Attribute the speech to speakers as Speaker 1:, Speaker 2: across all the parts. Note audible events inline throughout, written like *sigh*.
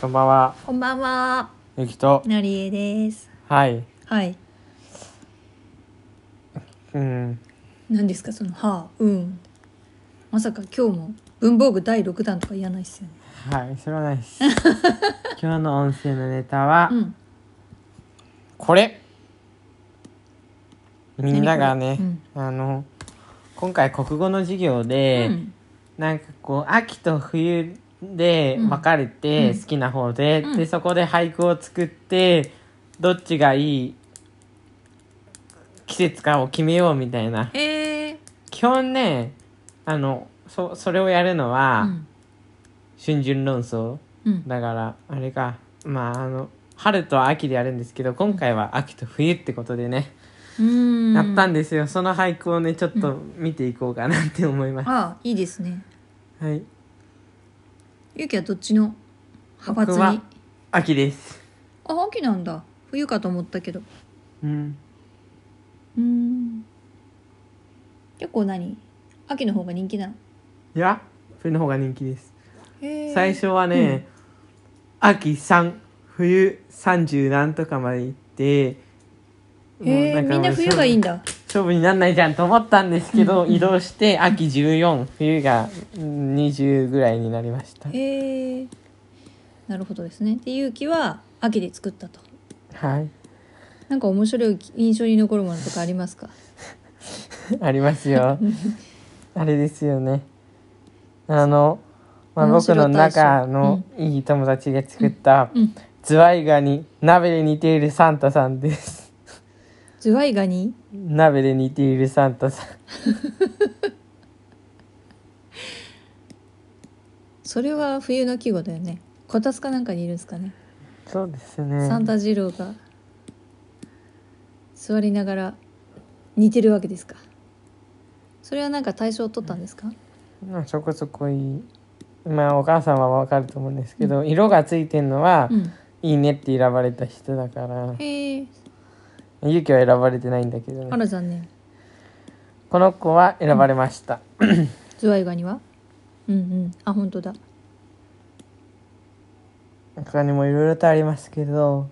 Speaker 1: こんばんは、
Speaker 2: こんばんは、
Speaker 1: ゆきと。
Speaker 2: のりえです。
Speaker 1: はい。
Speaker 2: はい、
Speaker 1: うん。
Speaker 2: 何ですか、その、はあ、うん。まさか今日も文房具第六弾とか言わないっすよね。
Speaker 1: はい、それはないです。
Speaker 2: *laughs*
Speaker 1: 今日の音声のネタは、
Speaker 2: うん、
Speaker 1: これみんながね
Speaker 2: 何これうん、
Speaker 1: あの、今回国語の授業で、なんかこう、秋と冬で分かれて、
Speaker 2: うん
Speaker 1: 好きな方で、
Speaker 2: うん
Speaker 1: で、そこで俳句を作って、どっちがいい季節かを決めようみたいな。
Speaker 2: ええ
Speaker 1: 基本ね、あの、そ、それをやるのは、
Speaker 2: うん、
Speaker 1: 春巡論争
Speaker 2: うん、
Speaker 1: だからあれかまああの春と秋でやるんですけど今回は秋と冬ってことでね、
Speaker 2: うん、
Speaker 1: やったんですよその俳句をねちょっと見ていこうかなって思います、
Speaker 2: ああ、いいですね。
Speaker 1: はい
Speaker 2: ゆきはどっちの派閥
Speaker 1: 僕は
Speaker 2: に。
Speaker 1: 秋です
Speaker 2: あ、秋なんだ。冬かと思ったけど。
Speaker 1: うん
Speaker 2: うん。結構何。秋の方が人気なの。
Speaker 1: いや冬の方が人気です
Speaker 2: へー
Speaker 1: 最初。はね、秋3冬30何とかまで行って
Speaker 2: へえ、みんな冬がいいん
Speaker 1: だ
Speaker 2: だ。
Speaker 1: 勝負になんないじゃんと思ったんですけど移動して秋14冬がうん20ぐらいになりました
Speaker 2: へえ。なるほどですね。で、ゆうきは秋で作ったと。
Speaker 1: はい *laughs*
Speaker 2: なんか面白い印象に残るものとかありますか。
Speaker 1: ありますよ。あれですよね。あの、まあ、
Speaker 2: 面
Speaker 1: 僕
Speaker 2: 白い
Speaker 1: の中のいい友達が作った、
Speaker 2: うん。
Speaker 1: ズワイガニ、鍋で似ているサンタさんです。
Speaker 2: ズワイガニ。
Speaker 1: 鍋で似ているサンタさん。
Speaker 2: それは冬の季語だよね。こたつかなんかにいるんですかね。
Speaker 1: そうですね。
Speaker 2: サンタ二郎が。座りながら。似てるわけですか。それはなんか対象を取ったんですか。
Speaker 1: まあそこそこいい。まあお母さんはわかると思うんですけど、色がついてるのは、
Speaker 2: うん。
Speaker 1: いいねって選ばれた人だから、
Speaker 2: へえ。
Speaker 1: 勇気は選ばれてないんだけど
Speaker 2: あ
Speaker 1: ね。
Speaker 2: ら残念。
Speaker 1: この子は選ばれました。
Speaker 2: ズワイガニは。うんうん。あ、本当だ。
Speaker 1: 他にもいろいろとありますけど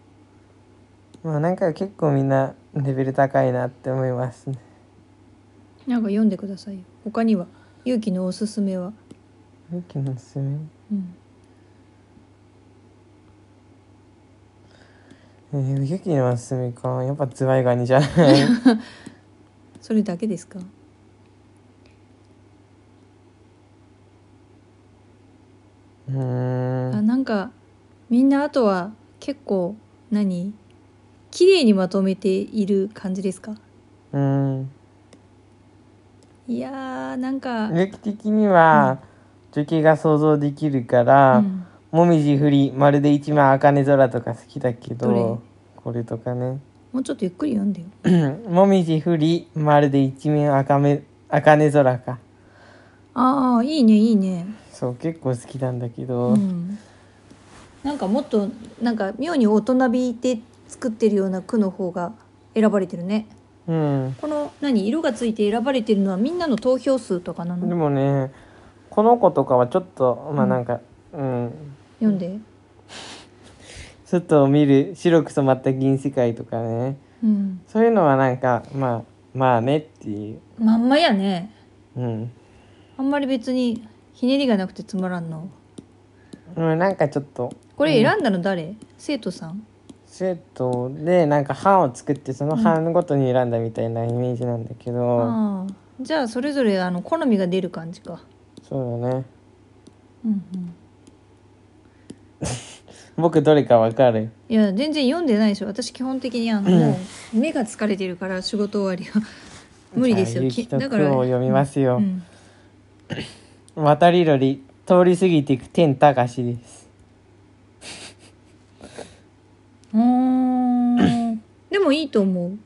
Speaker 1: まあなんか結構みんなレベル高いなって思いますね
Speaker 2: なんか読んでくださいよ。他には。勇気のおすすめは。
Speaker 1: ゆきの娘
Speaker 2: うん。
Speaker 1: えー、ゆきの娘かやっぱズワイガニじゃない *laughs*
Speaker 2: それだけですか。
Speaker 1: うー
Speaker 2: あ
Speaker 1: ん
Speaker 2: なんかみんなあとは結構何綺麗にまとめている感じですか
Speaker 1: うん
Speaker 2: いやーなんか、
Speaker 1: ゆき的には女系が想像できるか
Speaker 2: う
Speaker 1: ら、
Speaker 2: ん、
Speaker 1: もみじ振りまるで一枚茜空とか好きだけ
Speaker 2: ど
Speaker 1: どこれとかね
Speaker 2: もうちょっとゆっくり読んでよ
Speaker 1: もみじ振りまるで一面赤め茜空か
Speaker 2: ああいいねいいね
Speaker 1: そう結構好きなんだけど、
Speaker 2: うんなんかもっとなんか妙に大人びいて作ってるような句の方が選ばれてるね
Speaker 1: うん、
Speaker 2: この何色がついて選ばれてるのはみんなの投票数とかな
Speaker 1: で
Speaker 2: の
Speaker 1: もねこの子とかはちょっとまあ
Speaker 2: うん
Speaker 1: なんかうん、
Speaker 2: 読んで
Speaker 1: 外を見る白く染まった銀世界とかね
Speaker 2: うん
Speaker 1: そういうのはなんかまあまあねっていう
Speaker 2: まんまやね
Speaker 1: うん
Speaker 2: あんまり別にひねりがなくてつまらんの
Speaker 1: うんなんかちょっと
Speaker 2: これ選んだの誰、生徒さん
Speaker 1: 生徒でなんか班を作ってその班ごとに選んだみたいなイメージなんだけど、
Speaker 2: ああじゃあそれぞれあの好みが出る感じか
Speaker 1: そうだね
Speaker 2: うんうん
Speaker 1: 僕どれかわかる
Speaker 2: いや全然読んでないでしょ私基本的にあの、もう目が疲れてるから仕事終わり
Speaker 1: *laughs*
Speaker 2: は無理ですよ
Speaker 1: じゃあ
Speaker 2: き
Speaker 1: ゆきと
Speaker 2: だか
Speaker 1: 句
Speaker 2: ら
Speaker 1: を読みますよ、
Speaker 2: うん、
Speaker 1: 渡り鳥通り過ぎていく天高しです
Speaker 2: うーんでもいいと思う、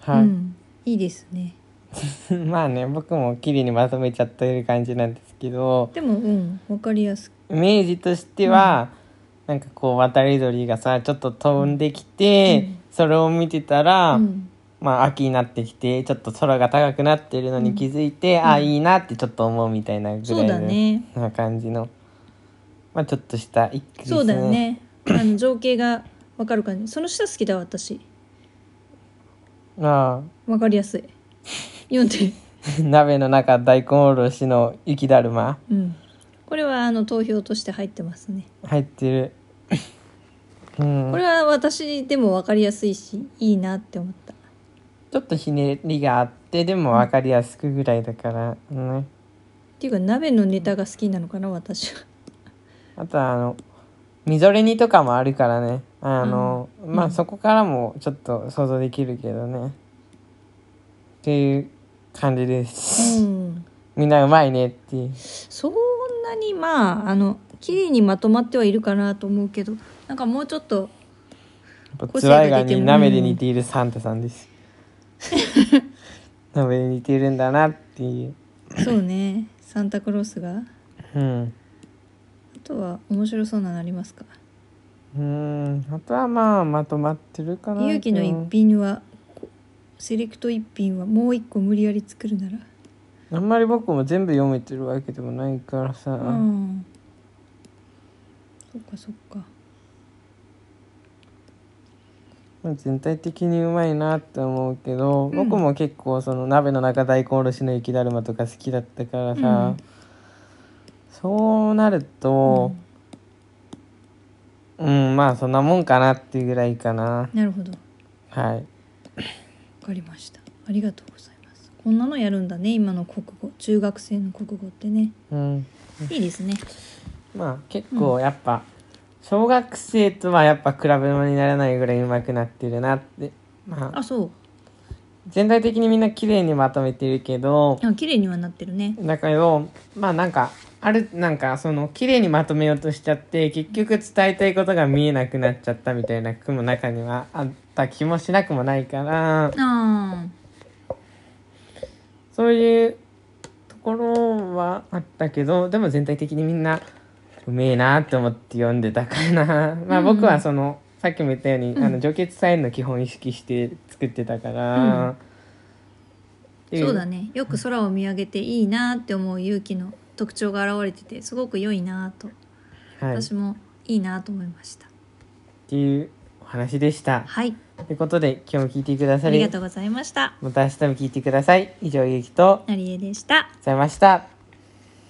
Speaker 1: はい、
Speaker 2: うん、いいですね
Speaker 1: *laughs* まあね僕も綺麗にまとめちゃってる感じなんですけど
Speaker 2: でもうんわかりやすく
Speaker 1: イメージとしては、なんかこう渡り鳥がさちょっと飛んできて、
Speaker 2: うん
Speaker 1: それを見てたら、
Speaker 2: うん
Speaker 1: まあ秋になってきてちょっと空が高くなってるのに気づいて、ああいいなってちょっと思うみたいなぐ
Speaker 2: そう
Speaker 1: ら
Speaker 2: だ
Speaker 1: い
Speaker 2: ね
Speaker 1: のな感じのまあちょっとした一句ですね
Speaker 2: そうだよねあの情景がわかる感じその下好きだわ私
Speaker 1: あ *laughs*
Speaker 2: わかりやすい読んで
Speaker 1: あ鍋の中大根おろしの雪だるま
Speaker 2: うんこれはあの投票として入ってますね
Speaker 1: 入ってるうん
Speaker 2: これは私でもわかりやすいしいいなって思った
Speaker 1: ちょっとひねりがあってでも分かりやすくぐらいだからね
Speaker 2: っていうか鍋のネタが好きなのかな私は
Speaker 1: あとはあのみぞれ煮とかもあるからねあの、
Speaker 2: ん
Speaker 1: ま
Speaker 2: う
Speaker 1: あ
Speaker 2: ん
Speaker 1: そこからもちょっと想像できるけどねっていう感じです、
Speaker 2: うん
Speaker 1: みんなうまいねっていう
Speaker 2: そんなにまああの綺麗にまとまってはいるかなと思うけどなんかもうちょっと個
Speaker 1: ズ
Speaker 2: 性
Speaker 1: ワイ
Speaker 2: が
Speaker 1: ガ
Speaker 2: 出て
Speaker 1: ニ
Speaker 2: も
Speaker 1: に鍋で似ているサンタさん
Speaker 2: *laughs*
Speaker 1: です、鍋で似てるんだなっていう
Speaker 2: そうねサンタクロースがあ
Speaker 1: うん
Speaker 2: とは面白そうなのありますか
Speaker 1: うんあとはまあまとまってるかな
Speaker 2: 勇気の一品はこセレクト一品はもう一個無理やり作るなら
Speaker 1: あんまり僕も全部読めてるわけでもないからさ、
Speaker 2: うんそっかそっか
Speaker 1: まあ全体的にうまいなって思うけど、僕も結構その鍋の中大根おろしの雪だるまとか好きだったからさ、そうなるとうん、まあそんなもんかなっていうぐらいかな
Speaker 2: なるほどわ
Speaker 1: はい
Speaker 2: かりましたありがとうございますこんなのやるんだね今の国語中学生の国語ってね
Speaker 1: うん
Speaker 2: いいですね
Speaker 1: まあ結構やっぱ小学生とはやっぱ比べ物にならないぐらいうまくなってるなってまあ
Speaker 2: あそう
Speaker 1: 全体的にみんな綺麗にまとめてるけど
Speaker 2: あ綺麗にはなってるね
Speaker 1: だけどまあなんかあるなんかその綺麗にまとめようとしちゃって結局伝えたいことが見えなくなっちゃったみたいな句も中にはあった気もしなくもないから
Speaker 2: あ
Speaker 1: そういうところはあったけどでも全体的にみんなうめえなと思って読んでたかなまあ僕はその、さっきも言ったように、あの情景伝えるの基本意識して作ってたから、って
Speaker 2: あ
Speaker 1: い
Speaker 2: そうだねよく空を見上げていいなって思う勇気の特徴が現れててすごく良いなと
Speaker 1: はい、っ
Speaker 2: 私もいいなと思いました
Speaker 1: ていうお話でした。
Speaker 2: はい
Speaker 1: ということで今日も聞いてくださ
Speaker 2: あ
Speaker 1: り
Speaker 2: りがとうございました
Speaker 1: また明日も聞いてください。以上、ゆうきと、ありがとう
Speaker 2: なりえでした
Speaker 1: ございました。